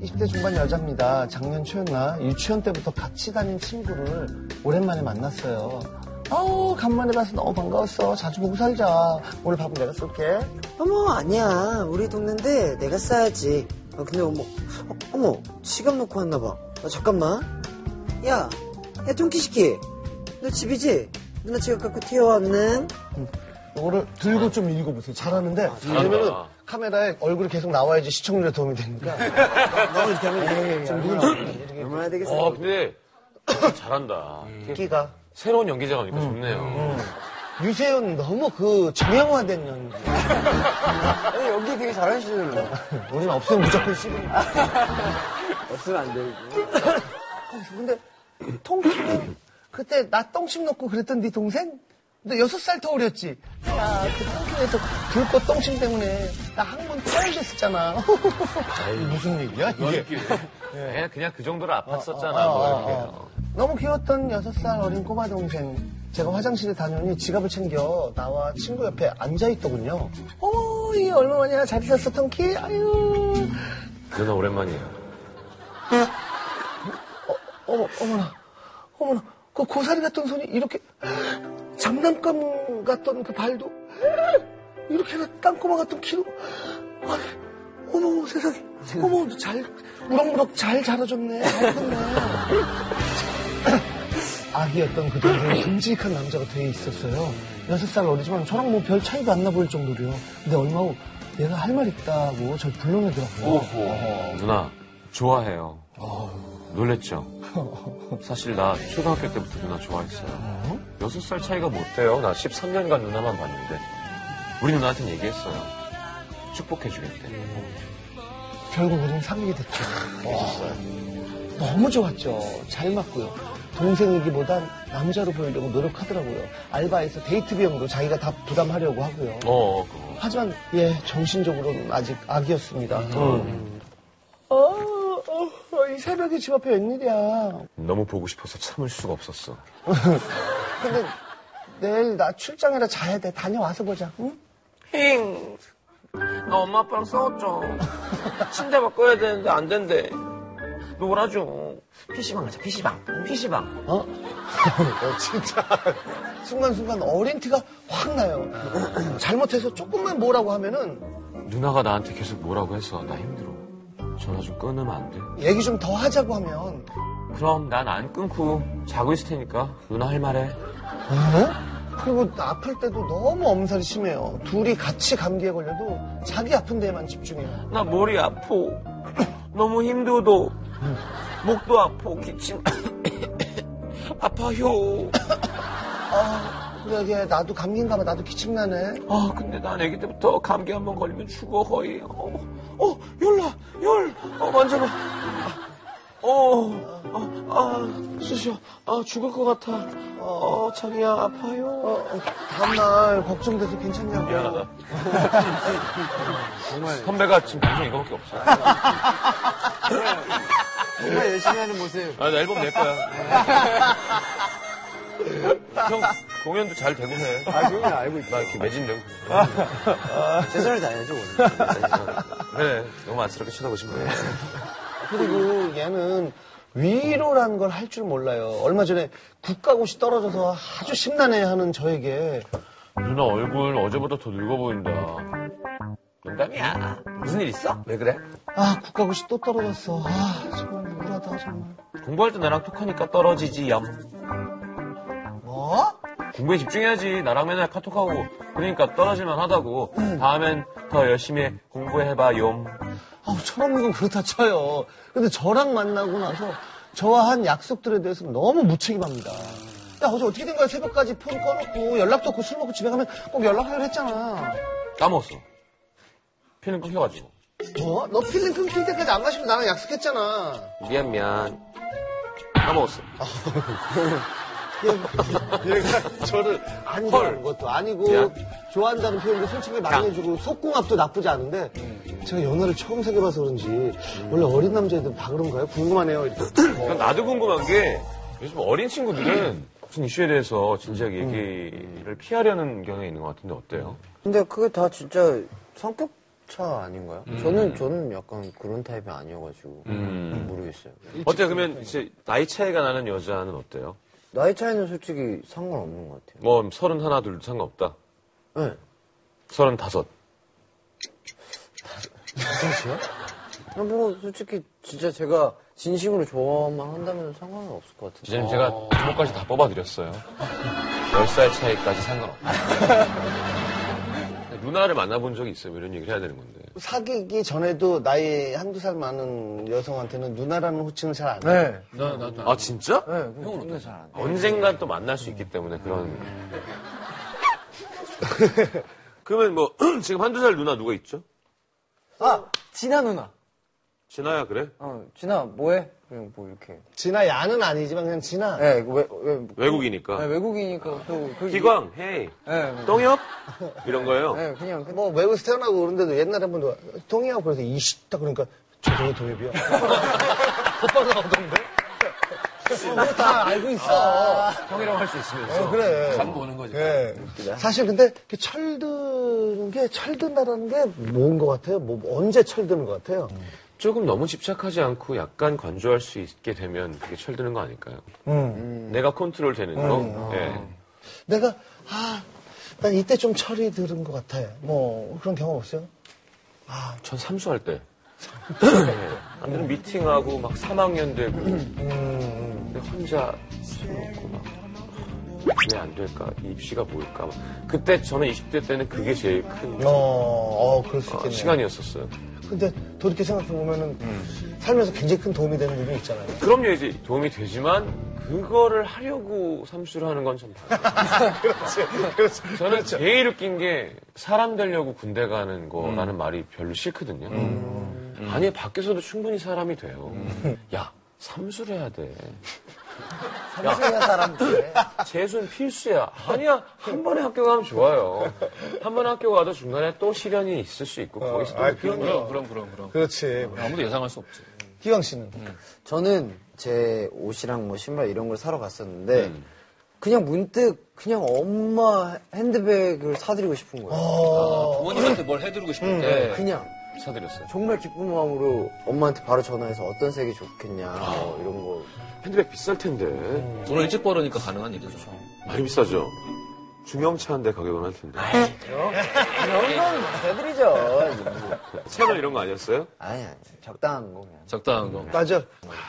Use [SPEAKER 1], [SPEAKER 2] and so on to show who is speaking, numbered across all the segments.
[SPEAKER 1] 20대 중반 여자입니다. 작년 초였나 유치원 때부터 같이 다닌 친구를 오랜만에 만났어요. 아우 간만에 봐서 너무 반가웠어. 자주 보고 살자. 오늘 밥은 내가 쏠게.
[SPEAKER 2] 어머, 아니야. 우리 동네인데 내가 싸야지. 아, 근데 어머, 어, 어머, 지갑 놓고 왔나봐. 아, 잠깐만. 야, 야, 동키시키. 너 집이지? 누나 지갑 갖고 튀어왔는?
[SPEAKER 1] 이거를 들고 좀 읽어보세요. 잘하는데 왜냐면 카메라에 얼굴이 계속 나와야지 시청률에 도움이 되니까.
[SPEAKER 2] 너무 이렇게 하면 좀 누나. 얼마나 되겠어?
[SPEAKER 3] 어, 근데 잘한다.
[SPEAKER 1] 인기가
[SPEAKER 3] 새로운 연기자가니까 좋네요.
[SPEAKER 1] 유세윤 너무 그 정형화된 연기.
[SPEAKER 2] 아니, 연기 되게 잘하시잖아요.
[SPEAKER 1] 우리는 없으면 무조건 싫은 거.
[SPEAKER 2] 없으면 안 되고.
[SPEAKER 1] 근데 통키는 그때 나 똥심 놓고 그랬던 네 동생? 근데 여섯 살 터울이었지. 야, 그 통키에서 불꽃 똥심 때문에 나 항문 파열됐었잖아. 무슨 얘기야 이게?
[SPEAKER 3] 연기. 그냥, 그냥 그 정도로 아팠었잖아.
[SPEAKER 1] 어,
[SPEAKER 3] 뭐
[SPEAKER 1] 어,
[SPEAKER 3] 이렇게.
[SPEAKER 1] 어. 너무 귀여웠던 여섯 살 어린 꼬마 동생. 제가 화장실에 다녀오니 지갑을 챙겨 나와 친구 옆에 앉아있더군요. 어머, 이 얼마만이야. 잘 있었어, 턴키? 아유.
[SPEAKER 3] 누나 오랜만이에요.
[SPEAKER 1] 어머, 어머나. 어머나. 그 고사리 같던 손이 이렇게. 장난감 같던 그 발도. 이렇게나 땅꼬마 같던 키로. 아니, 어머, 세상에. 어머, 잘, 무럭무럭 잘 자라줬네. 잘 컸네. 아기였던 그 동생이 듬직한 남자가 되어 있었어요. 여섯 살 어리지만 저랑 뭐 별 차이가 안 나 보일 정도로요. 근데 얼마 후 얘가 할 말 있다고 저를 불러내더라고요.
[SPEAKER 3] 누나, 좋아해요. 어. 놀랬죠? 사실 나 초등학교 때부터 누나 좋아했어요. 여섯 살 차이가 못 돼요. 나 13년간 누나만 봤는데. 우리 누나한테 얘기했어요. 축복해주겠대.
[SPEAKER 1] 결국 우리는 사귀게 됐죠. 너무 좋았죠. 잘 맞고요. 동생이기보단 남자로 보이려고 노력하더라고요. 알바에서 데이트 비용도 자기가 다 부담하려고 하고요.
[SPEAKER 3] 어, 어, 그거.
[SPEAKER 1] 하지만 예 정신적으로는 아직 아기였습니다. 어, 어, 어, 이 새벽에 집 앞에 웬일이야.
[SPEAKER 3] 너무 보고 싶어서 참을 수가 없었어.
[SPEAKER 1] 근데 내일 나 출장이라 자야 돼. 다녀와서 보자. 응?
[SPEAKER 4] 힝. 나 엄마 아빠랑 싸웠죠. 침대 바꿔야 되는데 안 된대. 놀아줘. PC방 가자, PC방. PC방.
[SPEAKER 1] 어? 어, 진짜 순간순간 어린 티가 확 나요. 잘못해서 조금만 뭐라고 하면은
[SPEAKER 3] 누나가 나한테 계속 뭐라고 해서 나 힘들어. 전화 좀 끊으면 안 돼?
[SPEAKER 1] 얘기 좀 더 하자고 하면
[SPEAKER 3] 그럼 난 안 끊고 자고 있을 테니까 누나 할 말해.
[SPEAKER 1] 어? 그리고 아플 때도 너무 엄살이 심해요. 둘이 같이 감기에 걸려도 자기 아픈 데에만 집중해요.
[SPEAKER 4] 나 머리 아프. 너무 힘들도. 목도 아프. 기침. 아파요.
[SPEAKER 1] 아, 그러게 나도 감기인가 봐. 나도 기침나네.
[SPEAKER 4] 아, 근데 난 아기 때부터 감기 한 번 걸리면 죽어, 거의. 어, 어, 열나, 열. 어, 만져봐. 어, 어, 아, 쑤셔. 아, 죽을 것 같아. 어, 자기야,
[SPEAKER 1] 어,
[SPEAKER 4] 아파요.
[SPEAKER 1] 어, 다음날 걱정돼서 괜찮냐고.
[SPEAKER 3] 미안하다. 선배가 지금 방송 이거밖에 없어.
[SPEAKER 2] 정말 열심히 하는 모습.
[SPEAKER 3] 아, 나 앨범 낼 거야. 형, 공연도 잘 되고 해.
[SPEAKER 2] 아, 그건 알고 아, 있다.
[SPEAKER 3] 나 이렇게 매진되고.
[SPEAKER 2] 최선을 아. 다해야죠, 오늘.
[SPEAKER 3] 그래, 네, 너무 안쓰럽게 쳐다보시면 돼.
[SPEAKER 1] 그리고 얘는 위로라는 걸 할 줄 몰라요. 얼마 전에 국가고시 떨어져서 아주 심란해하는 저에게
[SPEAKER 3] 누나 얼굴 어제보다 더 늙어 보인다. 농담이야. 무슨 일 있어? 왜 그래?
[SPEAKER 1] 아 국가고시 또 떨어졌어. 아 정말 우울하다 정말.
[SPEAKER 3] 공부할 때 나랑 톡하니까 떨어지지, 염.
[SPEAKER 1] 뭐?
[SPEAKER 3] 공부에 집중해야지. 나랑 맨날 카톡하고. 그러니까 떨어질만 하다고. 다음엔 더 열심히 공부해봐, 염.
[SPEAKER 1] 아우 저런 건 그렇다 쳐요. 근데 저랑 만나고 나서 저와 한 약속들에 대해서 너무 무책임합니다. 야 어제 어떻게 된 거야 새벽까지 폰 꺼놓고 연락도 없고 술 먹고 집에 가면 꼭 연락하기로 했잖아.
[SPEAKER 3] 까먹었어. 피는 끊겨가지고.
[SPEAKER 1] 뭐? 너 필름 끊길 때까지 안 가시면 나랑 약속했잖아.
[SPEAKER 3] 미안, 미안. 까먹었어.
[SPEAKER 1] 얘가 저를 안 좋아하는 것도 아니고
[SPEAKER 3] 야.
[SPEAKER 1] 좋아한다는 표현도 솔직히 많이 해주고 속궁합도 나쁘지 않은데 제가 연애를 처음 생겨봐서 그런지 원래 어린 남자애들 다 그런가요? 궁금하네요. 이렇게.
[SPEAKER 3] 그러니까 나도 궁금한 게 요즘 어린 친구들은 무슨 이슈에 대해서 진지하게 얘기를 피하려는 경향이 있는 것 같은데 어때요?
[SPEAKER 2] 근데 그게 다 진짜 성격
[SPEAKER 5] 차 아닌가요?
[SPEAKER 2] 음.
[SPEAKER 5] 저는 저는 약간 그런 타입이 아니어가지고
[SPEAKER 3] 음.
[SPEAKER 5] 모르겠어요.
[SPEAKER 3] 어때요? 그러면 이제 나이 차이가 나는 여자는 어때요?
[SPEAKER 5] 나이 차이는 솔직히 상관없는 것 같아요.
[SPEAKER 3] 뭐 서른 하나 둘 상관없다.
[SPEAKER 5] 네.
[SPEAKER 3] 서른 다섯.
[SPEAKER 5] 아, 뭐 솔직히 진짜 제가 진심으로 좋아만 한다면 상관은 없을 것 같은데.
[SPEAKER 3] 지금 제가 저까지 다 뽑아드렸어요. 10살 차이까지 상관없어요. 누나를 만나본 적이 있어요. 뭐 이런 얘기를 해야 되는 건데.
[SPEAKER 1] 사귀기 전에도 나이 한두 살 많은 여성한테는 누나라는 호칭을 잘 안 해요.
[SPEAKER 4] 네.
[SPEAKER 6] 나, 나도.
[SPEAKER 3] 아, 진짜?
[SPEAKER 6] 형은 어때? 잘
[SPEAKER 3] 언젠간 또 만날 수 있기 때문에 그런. 그러면 뭐, 지금 한두 살 누나 누가 있죠?
[SPEAKER 5] 아 진아 누나.
[SPEAKER 3] 진아야, 그래?
[SPEAKER 5] 어 진아 뭐해? 그냥 뭐 이렇게.
[SPEAKER 1] 진아 야는 아니지만 그냥 진아.
[SPEAKER 5] 네, 이거 왜, 왜 네,
[SPEAKER 3] 외국이니까.
[SPEAKER 5] 외국이니까 또 그.
[SPEAKER 3] 기광, 헤이,
[SPEAKER 5] 네, 뭐.
[SPEAKER 3] 똥엽? 이런 거예요.
[SPEAKER 5] 네, 그냥 그-
[SPEAKER 1] 뭐 외국에서 태어나고 그런데도 옛날에 한 번도 동의하고 그래서 이씨 딱 그러니까 저동이 동엽이야. 곧바로 나오던데? 그거 다 알고 있어.
[SPEAKER 6] 아, 형이라고 할 수 있으면서.
[SPEAKER 1] 어,
[SPEAKER 5] 네.
[SPEAKER 1] 그래.
[SPEAKER 6] 간 보는 거지.
[SPEAKER 1] 예. 사실 근데 그 철드는 게 철든다라는 게 뭔 것 같아요? 뭐 언제 철드는 것 같아요?
[SPEAKER 3] 조금 너무 집착하지 않고 약간 건조할 수 있게 되면 그게 철드는 거 아닐까요? 내가 컨트롤 되는 거? 예.
[SPEAKER 1] 내가 아, 난 이때 좀 철이 들은 것 같아. 뭐 그런 경험 없어요?
[SPEAKER 3] 전 삼수할 때. 안 되면 미팅하고 막 3학년 되고. 근데 혼자 술 먹고 막. 왜 안 될까? 이 입시가 뭘까? 막. 그때 저는 20대 때는 그게 제일 큰
[SPEAKER 1] 어, 어 그럴 수
[SPEAKER 3] 어,
[SPEAKER 1] 있겠네.
[SPEAKER 3] 음. 시간이었었어요.
[SPEAKER 1] 근데 돌이켜 생각해 보면은 살면서 굉장히 큰 도움이 되는 부분이 있잖아요.
[SPEAKER 3] 그럼요, 이제 도움이 되지만 그거를 하려고 삼수를 하는 건 참. 그렇지, 그렇죠, 그렇지. 저는 제일 웃긴 게 사람 되려고 군대 가는 거라는 말이 별로 싫거든요. 음. 아니, 밖에서도 충분히 사람이 돼요. 야, 삼수를 해야 돼.
[SPEAKER 2] 삼수야 사람들.
[SPEAKER 3] 재수는 필수야. 아니야, 한 번에 학교 가면 좋아요. 한 번에 학교 가도 중간에 또 시련이 있을 수 있고, 거기서 또
[SPEAKER 1] 그런
[SPEAKER 6] 그럼, 그럼, 그럼, 그럼.
[SPEAKER 1] 그렇지.
[SPEAKER 6] 아무도 예상할 수 없지.
[SPEAKER 1] 기광 씨는
[SPEAKER 2] 저는 제 옷이랑 뭐 신발 이런 걸 사러 갔었는데
[SPEAKER 6] 음.
[SPEAKER 2] 그냥 문득 그냥 엄마 핸드백을 사드리고 싶은 거예요.
[SPEAKER 6] 어.
[SPEAKER 1] 어,
[SPEAKER 6] 부모님한테 뭘 해드리고 싶을 때.
[SPEAKER 1] 음,
[SPEAKER 2] 그냥
[SPEAKER 3] 사드렸어요.
[SPEAKER 2] 정말 기쁜 마음으로 엄마한테 바로 전화해서 어떤 색이 좋겠냐 뭐 이런 거.
[SPEAKER 3] 핸드백 비쌀 텐데.
[SPEAKER 1] 네.
[SPEAKER 6] 돈을 일찍 벌으니까 가능한 일이죠.
[SPEAKER 1] 그렇죠.
[SPEAKER 3] 많이 비싸죠? 중형차인데 가격은 할 텐데.
[SPEAKER 2] 사드리죠.
[SPEAKER 3] 채널 이런 거 아니었어요?
[SPEAKER 2] 아니 아니 적당한 거 그냥.
[SPEAKER 6] 적당한 거.
[SPEAKER 1] 맞아.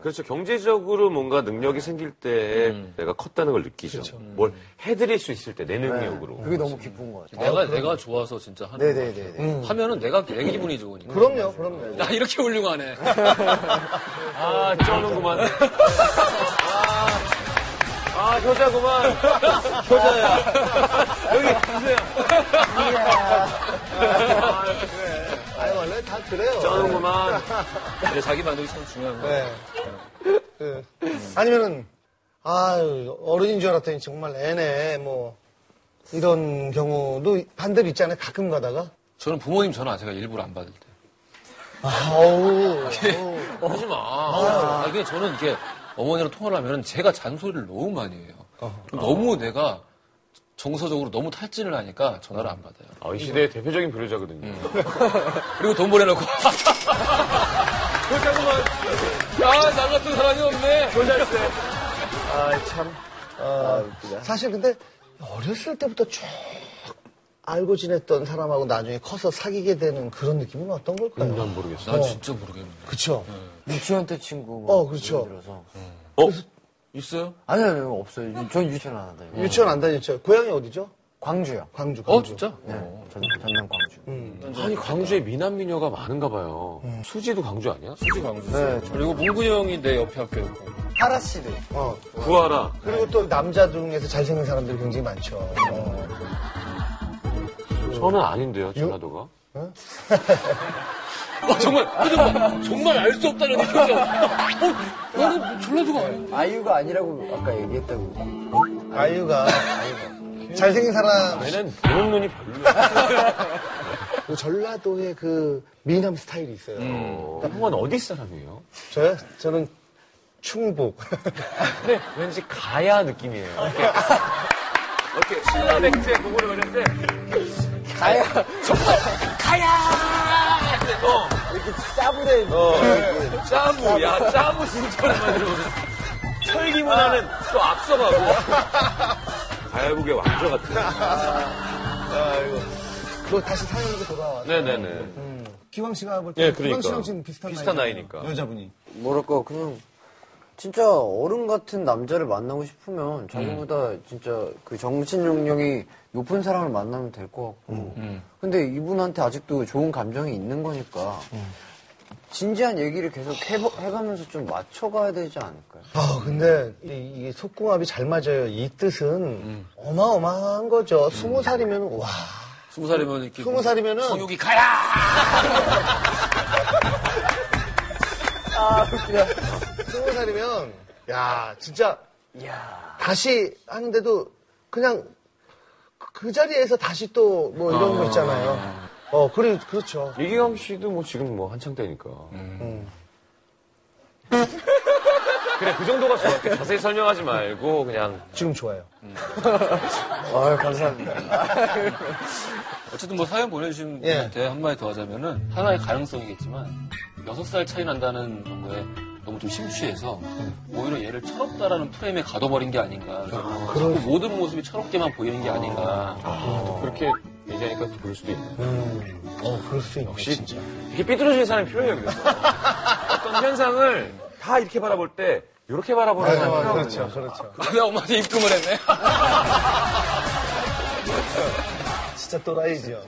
[SPEAKER 3] 그렇죠. 경제적으로 뭔가 능력이 생길 때 내가 컸다는 걸 느끼죠. 뭘 해드릴 수 있을 때 내 능력으로.
[SPEAKER 2] 그게 너무 기쁜 거 같아요. 음.
[SPEAKER 6] 내가, 내가 좋아서 진짜 하는 거.
[SPEAKER 2] 네네네네.
[SPEAKER 6] 하면은 내가 내 기분이 좋으니까.
[SPEAKER 1] 음. 그럼요, 그럼요.
[SPEAKER 6] 나 이렇게 훌륭하네.
[SPEAKER 3] 아, 쩌는구만. 아, 아, 효자구만. 효자야. 여기 주세요.
[SPEAKER 1] 아 원래 다 그래요.
[SPEAKER 3] 쩌는구만.
[SPEAKER 6] 근데 자기 만족이 참 중요한 거야.
[SPEAKER 1] 네. 그, 아니면은 아유 어른인 줄 알았더니 정말 애네 뭐 이런 경우도 반대로 있잖아요. 가끔 가다가
[SPEAKER 6] 저는 부모님 전화 제가 일부러 안 받을 때.
[SPEAKER 1] 아우 어.
[SPEAKER 6] 하지 마. 아, 이게 저는 이게 어머니랑 통화를 하면 제가 잔소리를 너무 많이 해요.
[SPEAKER 1] 어.
[SPEAKER 6] 그럼 너무 내가 정서적으로 너무 탈진을 하니까 전화를 안 받아요.
[SPEAKER 3] 아, 이 시대의 대표적인 부류자거든요.
[SPEAKER 1] 어.
[SPEAKER 6] 그리고 돈 보내놓고. 그렇다고만. 야, 아, 나 같은 사람이 없네.
[SPEAKER 1] 어. 사실 근데 어렸을 때부터 쭉 알고 지냈던 사람하고 나중에 커서 사귀게 되는 그런 느낌은 어떤 걸까요?
[SPEAKER 3] 난 모르겠어.
[SPEAKER 6] 난 진짜 모르겠는데.
[SPEAKER 1] 그렇죠.
[SPEAKER 2] 유치원 때 친구. 막
[SPEAKER 1] 어, 그렇죠.
[SPEAKER 2] 예를 들어서.
[SPEAKER 6] 있어요?
[SPEAKER 2] 아니 아니요 없어요. 유- 전 유치원 안 한다요.
[SPEAKER 1] 유치원 안 다녔죠. 고향이 어디죠?
[SPEAKER 2] 음. 광주요. 음.
[SPEAKER 1] 광주.
[SPEAKER 6] 어,
[SPEAKER 1] 광주.
[SPEAKER 6] 진짜?
[SPEAKER 2] 네, 전, 전남 광주.
[SPEAKER 3] 아니, 광주에 미남 미녀가 많은가 봐요. 수지도 광주 아니야?
[SPEAKER 6] 솔직히 광주.
[SPEAKER 2] 네, 저-
[SPEAKER 6] 그리고 문구 형이 내 옆에 학교였고.
[SPEAKER 2] 하라 씨도.
[SPEAKER 1] 어.
[SPEAKER 3] 구하라.
[SPEAKER 1] 그리고 또 남자 중에서 잘생긴 사람들이 굉장히 많죠. 어.
[SPEAKER 3] 저는 아닌데요, 전라도가.
[SPEAKER 6] 와, 아, 정말, 표정 봐. 정말 알 수 없다는 이 표정. 어, 나는 전라도가 아니야.
[SPEAKER 2] 아이유가 아니라고 아까 얘기했다고.
[SPEAKER 1] 아이유가 잘생긴 사람
[SPEAKER 3] 얘는 보는 눈이 별로야.
[SPEAKER 1] 그 전라도의 그 미남 스타일이 있어요.
[SPEAKER 3] 어, 형은 어디 사람이에요?
[SPEAKER 1] 저요? 저는 충북.
[SPEAKER 3] 근데 왠지 가야 느낌이에요. 이렇게, 이렇게 신라백제 그거를 그랬는데
[SPEAKER 6] 가야. 정말, 가야!
[SPEAKER 7] 어,
[SPEAKER 8] 이렇게 싸부대.
[SPEAKER 7] 어.
[SPEAKER 3] 그
[SPEAKER 7] 짜무, 야, 짜무 진짜 오랜만에 들어보네. 철기보다는 또 앞서가고. 가야국의 왕자 같아.
[SPEAKER 1] 너 다시 사연으로 돌아와.
[SPEAKER 3] 네네네.
[SPEAKER 1] 기왕 씨가 볼때
[SPEAKER 3] 예,
[SPEAKER 1] 기왕
[SPEAKER 3] 그러니까.
[SPEAKER 1] 씨랑 지금 비슷한,
[SPEAKER 3] 비슷한
[SPEAKER 1] 나이잖아요.
[SPEAKER 3] 나이니까.
[SPEAKER 1] 여자분이.
[SPEAKER 2] 뭐랄까 그냥 진짜 어른 같은 남자를 만나고 싶으면 자기보다 진짜 그 정신 용량이 높은 사람을 만나면 될 것 같고 근데 이분한테 아직도 좋은 감정이 있는 거니까 진지한 얘기를 계속 해보, 해가면서 좀 맞춰가야 되지 않을까요?
[SPEAKER 1] 아, 근데 이, 이 속궁합이 잘 맞아요. 이 뜻은 음. 어마어마한 거죠. 스무 살이면 와.
[SPEAKER 6] 스무 살이면 이렇게
[SPEAKER 1] 스무 살이면은
[SPEAKER 6] 성욕이 가야
[SPEAKER 1] 스무 살이면 야 진짜 다시 하는데도 그냥 그- 그 자리에서 다시 또 뭐 이런 거 있잖아요. 어 그래 그렇죠.
[SPEAKER 3] 이기광 씨도 뭐 지금 뭐 한창 때니까. 음. 그래, 그 정도가 좋아. 이렇게 자세히 설명하지 말고, 그냥.
[SPEAKER 1] 지금 좋아요.
[SPEAKER 2] 아유 감사합니다
[SPEAKER 6] 어쨌든 뭐 사연 보내주신
[SPEAKER 1] 예.
[SPEAKER 6] 분한테 한마디 더 하자면은 하나의 가능성이겠지만 여섯 살 차이 난다는 그런 거에 너무 좀 심취해서 오히려 얘를 철없다라는 프레임에 가둬버린 게 음. 아닌가 자꾸 모든 모습이 철없게만 보이는 게 아닌가
[SPEAKER 3] 또 그렇게 얘기하니까 또 그럴 수도 있네.
[SPEAKER 1] 어 그럴 수도 있네.
[SPEAKER 3] 역시, 아, 이렇게 삐뚤어지는 사람이 필요해요, 그래서. 어떤 현상을 다 이렇게 바라볼 때, 이렇게 바라보는 사람이 필요하거든요.
[SPEAKER 1] 그렇죠 그렇죠.
[SPEAKER 6] 내 엄마한테 입금을 했네
[SPEAKER 1] 진짜 또라이죠.